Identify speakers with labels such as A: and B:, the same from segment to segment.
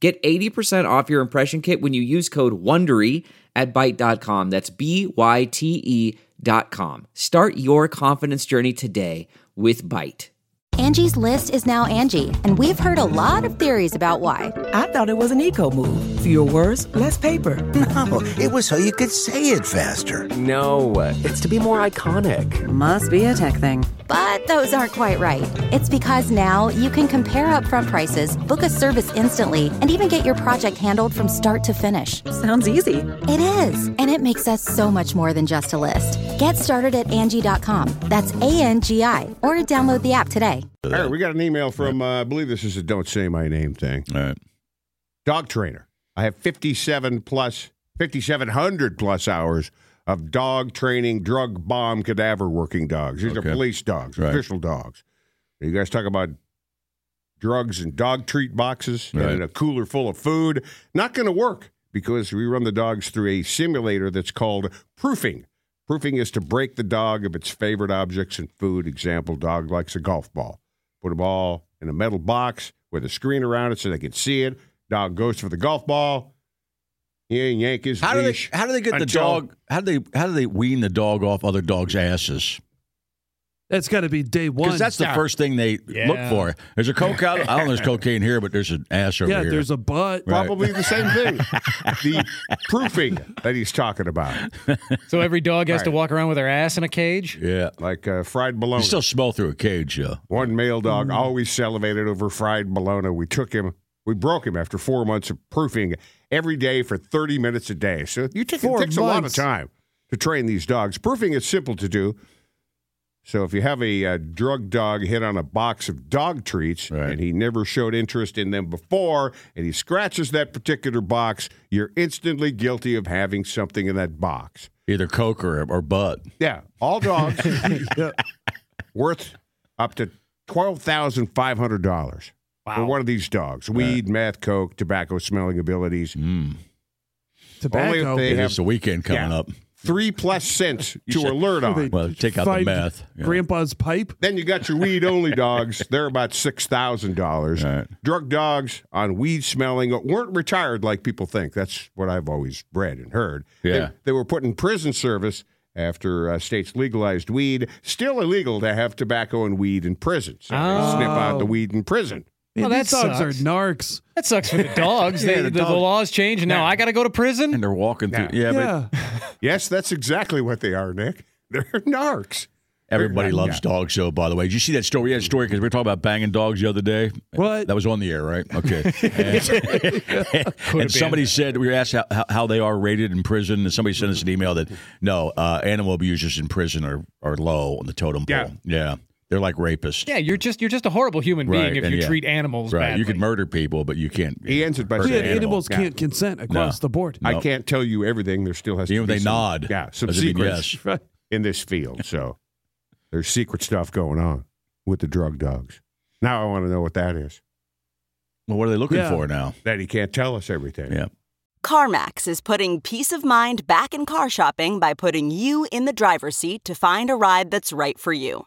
A: Get 80% off your impression kit when you use code WONDERY at Byte.com. That's b y t e dot com. Start your confidence journey today with Byte.
B: Angie's list is now Angie, and we've heard a lot of theories about why.
C: I thought it was an eco move. Fewer words, less paper.
D: No, it was so you could say it faster.
E: No, it's to be more iconic.
F: Must be a tech thing.
B: But those aren't quite right. It's because now you can compare upfront prices, book a service instantly, and even get your project handled from start to finish.
F: Sounds easy.
B: It is, and it makes us so much more than just a list. Get started at Angie.com. That's A N G I, or download the app today.
G: All right, we got an email from, uh, I believe this is a don't say my name thing.
H: All right.
G: Dog trainer. I have 57 plus, 5,700 plus hours of dog training, drug bomb, cadaver working dogs. These
H: Okay.
G: are police dogs,
H: Right.
G: official dogs. You guys talk about drugs and dog treat boxes
H: Right.
G: and a cooler full of food. Not going to work because we run the dogs through a simulator that's called proofing. Proofing is to break the dog of its favorite objects and food. Example, dog likes a golf ball. Put a ball in a metal box with a screen around it so they can see it. Dog goes for the golf ball. Yeah, yank his
H: How do they?
G: leash
H: How do they get the
G: until-
H: dog? How do they? How do they wean the dog off other dogs' asses?
I: That's got to be day one.
H: Because that's the first thing they look for. There's a coke out. I don't know. There's cocaine here, but there's an ass over
I: yeah,
H: here.
I: there's a butt.
H: Right.
G: Probably the same thing. the proofing that he's talking about,
J: So every dog has to walk around with their ass in a cage?
H: yeah.
G: like uh, fried
H: You
G: bologna.
H: still smell through a cage, yeah.
G: One male
I: Mm.
G: dog always salivated over fried bologna. We took him, we broke him after four months of proofing every day for 30 minutes a day. So you take, it
I: Four
G: takes a lot of
I: months.
G: time to train these dogs. Proofing is simple to do. So if you have a uh, drug dog hit on a box of dog treats
H: Right.
G: and he never showed interest in them before and he scratches that particular box, you're instantly guilty of having something in that box.
H: Either coke or, or butt.
G: Yeah, all dogs worth up to twelve thousand five hundred dollars for one of these dogs. Weed, meth, coke, tobacco smelling abilities.
I: Tobacco.
G: Only if
H: It
G: They
H: is
G: have-
H: the weekend coming
G: Yeah.
H: up.
G: Three plus cents to alert on.
H: Well, take out the
I: Find
H: meth. Yeah.
I: Grandpa's pipe.
G: Then you got your weed only dogs. They're about six thousand dollars.
H: Right.
G: Drug dogs on weed smelling weren't retired like people think. That's what I've always read and heard. They-
H: Yeah.
G: they, were put in prison service after uh, states legalized weed. Still illegal to have tobacco and weed in prison. So they sniff out the weed in prison.
I: Man,
J: Well, that
I: these dogs
J: sucks.
I: are narcs.
J: That sucks for the dogs.
H: Yeah,
J: they,
H: the
J: the,
H: dog-
J: the laws change, and now I got to go to prison?
H: And they're walking through. Yeah, but
I: Yeah.
G: Yes, that's exactly what they are, Nick. They're narcs.
H: everybody loves dogs, though, by the way. Did you see that story? We had a story because we were talking about banging dogs the other day.
I: What?
H: That was on the air, right? Okay. And, and somebody said, we were asked how, how- how they are rated in prison, and somebody sent us an email that, no, uh, animal abusers in prison are, are low on the totem pole.
G: Yeah.
H: yeah. They're like rapists.
J: Yeah, you're just you're just a horrible human being
H: Right,
J: if
H: and
J: you
H: yeah.
J: treat animals
H: Right.
J: badly.
H: You can murder people, but you can't.
G: He ends it by
H: hurt
G: saying
I: Yeah,
H: an
G: animal.
I: animals
G: Yeah.
I: can't consent across
H: No.
I: the board.
G: I can't tell you everything. There still has
H: Even
G: to be
H: if they
G: some-
H: nod,
G: Yeah, some
H: doesn't mean
G: secrets
H: yes.
I: Right.
G: in this field. So there's secret stuff going on with the drug dogs. Now I want to know what that is.
H: Well, what are they looking
I: Yeah.
H: for now?
G: That he can't tell us everything.
H: Yeah.
K: CarMax is putting peace of mind back in car shopping by putting you in the driver's seat to find a ride that's right for you.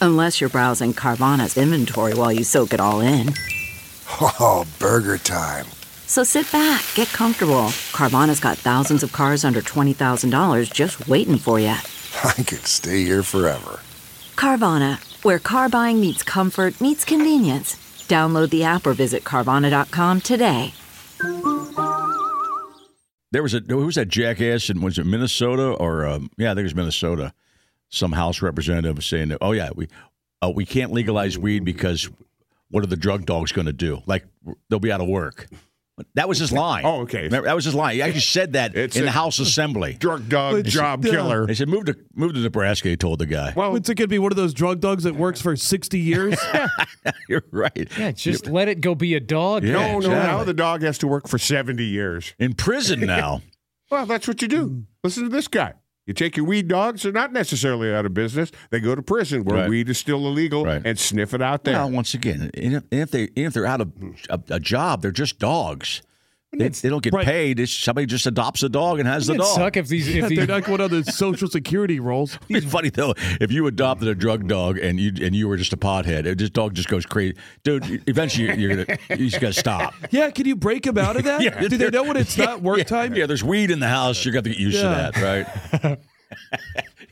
F: Unless you're browsing Carvana's inventory while you soak it all in.
D: Oh, burger time.
F: So sit back, get comfortable. Carvana's got thousands of cars under $20,000 just waiting for you.
D: I could stay here forever.
F: Carvana, where car buying meets comfort, meets convenience. Download the app or visit Carvana.com today.
H: There was a who was that jackass in was it Minnesota or um, yeah I think it was Minnesota. Some House representative saying, "Oh yeah, we uh, we can't legalize weed because what are the drug dogs going to do? Like they'll be out of work." That was his line.
G: Oh, okay.
H: Remember, that was his line. He actually said that
G: It's
H: in
G: a
H: the House Assembly.
G: Drug dog
I: Which-
G: job
I: yeah.
G: killer.
H: They said move to move to Nebraska. He told the guy.
G: Well,
I: it's it could be one of those drug dogs that works for sixty years.
H: You're right.
J: Yeah, just let it go be a dog.
H: Yeah,
G: no, no, now
H: exactly.
G: the dog has to work for 70 years.
H: In prison now.
G: Well, that's what you do. Listen to this guy. You take your weed dogs, they're not necessarily out of business. They go to prison where
H: Right.
G: weed is still illegal
H: Right.
G: and sniff it out there.
H: Well, once again, and if- and if they and if they're out of a, a job, they're just dogs. They, they don't get
I: Right.
H: paid. It's, somebody just adopts a dog and has the
J: It'd
H: dog.
J: suck if these if
I: They're
J: these
I: not going on the social security rolls.
H: It's funny though. If you adopted a drug dog and you and you were just a pothead, it- this dog just goes crazy, dude. e, Eventually, you're gonna you just gotta stop.
I: Yeah, can you break them out of that? Do they know when it's not work
H: yeah,
I: time?
H: Yeah, there's weed in the house. You're gonna have to get used
I: Yeah.
H: to that, right?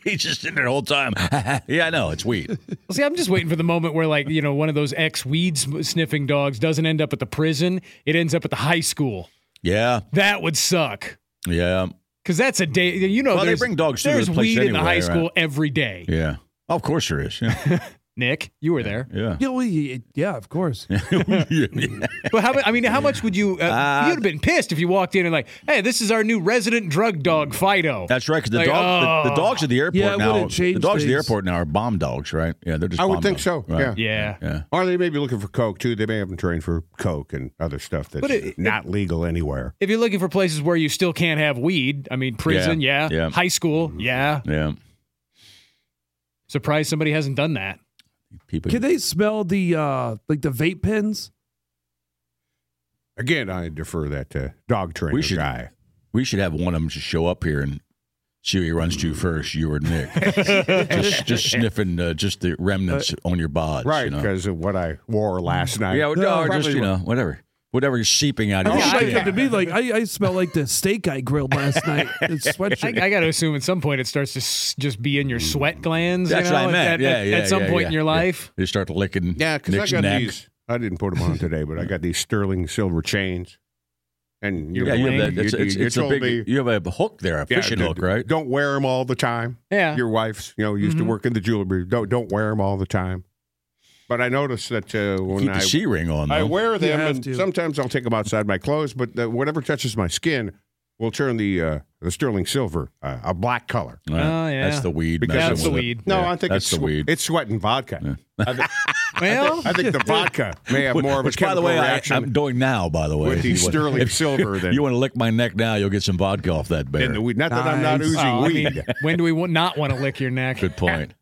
H: He's just in there the whole time. yeah, I know it's weed.
J: Well, See, I'm just waiting for the moment where, like, you know, one of those ex weed sm- sniffing dogs doesn't end up at the prison. It ends up at the high school.
H: Yeah,
J: That would suck.
H: yeah,
J: Because that's a day, you know,
H: Well, they
J: there's-
H: bring dogs to
J: There's
H: those places
J: weed in the
H: anyway,
J: high
H: right?
J: school every day.
H: yeah. of course there is. Yeah,
J: Nick, you were there.
H: yeah.
I: Yeah, well, yeah, yeah, of course.
H: Yeah.
J: But how? mu- I mean, how much would you? Uh,
H: Uh,
J: you'd have been pissed if you walked in and like, "Hey, this is our new resident drug dog, Fido."
H: That's right. Because the
J: Like,
H: dog, the, the
J: oh.
H: dogs at the airport
I: Yeah, it
H: now,
I: wouldn't
H: the
I: change
H: dogs at the
I: things.
H: airport now are bomb dogs, right? Yeah, they're just.
G: I would
H: bomb
G: think
H: dogs,
G: so,
H: right?
G: yeah.
J: yeah.
H: yeah.
G: Or they may be looking for coke too. They may have them trained for coke and other stuff that's
J: But it-
G: not legal anywhere.
J: If you're looking for places where you still can't have weed, I mean, prison,
H: Yeah,
J: yeah,
H: yeah. Mm-hmm.
J: high school, yeah.
H: Yeah,
J: Surprised somebody hasn't done that.
H: people.
I: Can they smell the uh like the vape pens?
G: Again, I defer that to dog trainer
H: we should.
G: guy.
H: We should have one of them just show up here and see who he runs to first, you or Nick. just, just sniffing, uh, just the remnants on your bods,
G: Uh, Right,
H: You know?
G: because of what I wore last night.
H: Yeah, or,
I: No,
H: or just
G: probably
H: you know whatever, whatever you're seeping out of your
I: She might
H: skin.
I: come to me like I, I smell like the steak I grilled last night. It's
J: I,
I: sweatshirt.
J: I got to assume at some point it starts to s- just be in your sweat glands. you
H: That's
J: know,
H: what I
J: at-
H: meant.
J: At,
H: yeah,
J: at,
H: yeah,
J: at some
H: yeah,
J: point
H: yeah.
J: in your
H: Yeah.
J: life.
H: They start licking.
G: Yeah, because I
H: Nick's
G: got
H: neck.
G: these. I didn't put them on today, but I got these sterling silver chains. And you're
H: Yeah, you
G: blaming-
H: have that. It's,
G: you,
H: it's,
G: you
H: it's a
G: told
H: big.
G: me,
H: You have a hook there, a
G: yeah,
H: fishing
G: d-
H: hook,
G: d-
H: right?
G: Don't wear them all the time.
J: Yeah.
G: Your wife's, you know, used to
J: Mhm.
G: work in the jewelry. Don't don't wear them all the time. But I noticed that uh, when
H: Keep
G: I
H: the C ring on.
G: I
H: though.
G: wear them,
I: have
G: and
I: to.
G: sometimes I'll take them outside my clothes. But the, whatever touches my skin will turn the uh, the sterling silver uh, a black color.
H: Oh,
J: Oh,
H: That's
J: yeah.
H: the weed.
G: Because
H: messing
G: that's
J: the
H: with it.
J: weed.
G: No,
H: Yeah,
G: I think
H: that's
G: it's
H: the
G: swe-
H: weed.
G: It's sweat and vodka. I, thi-
J: Well,
G: I think the vodka may have more of a
H: Which, by the
G: chemical
H: way, I,
G: reaction.
H: I'm doing now. By the way,
G: With the
H: If you want-
G: sterling
H: if
G: silver that-
H: you want to lick my neck now, you'll get some vodka off that bear.
G: in the weed. Not that I'm not
I: Nice.
G: oozing
J: well, I mean,
G: weed.
J: when do we wa- not want to lick your neck?
H: Good point.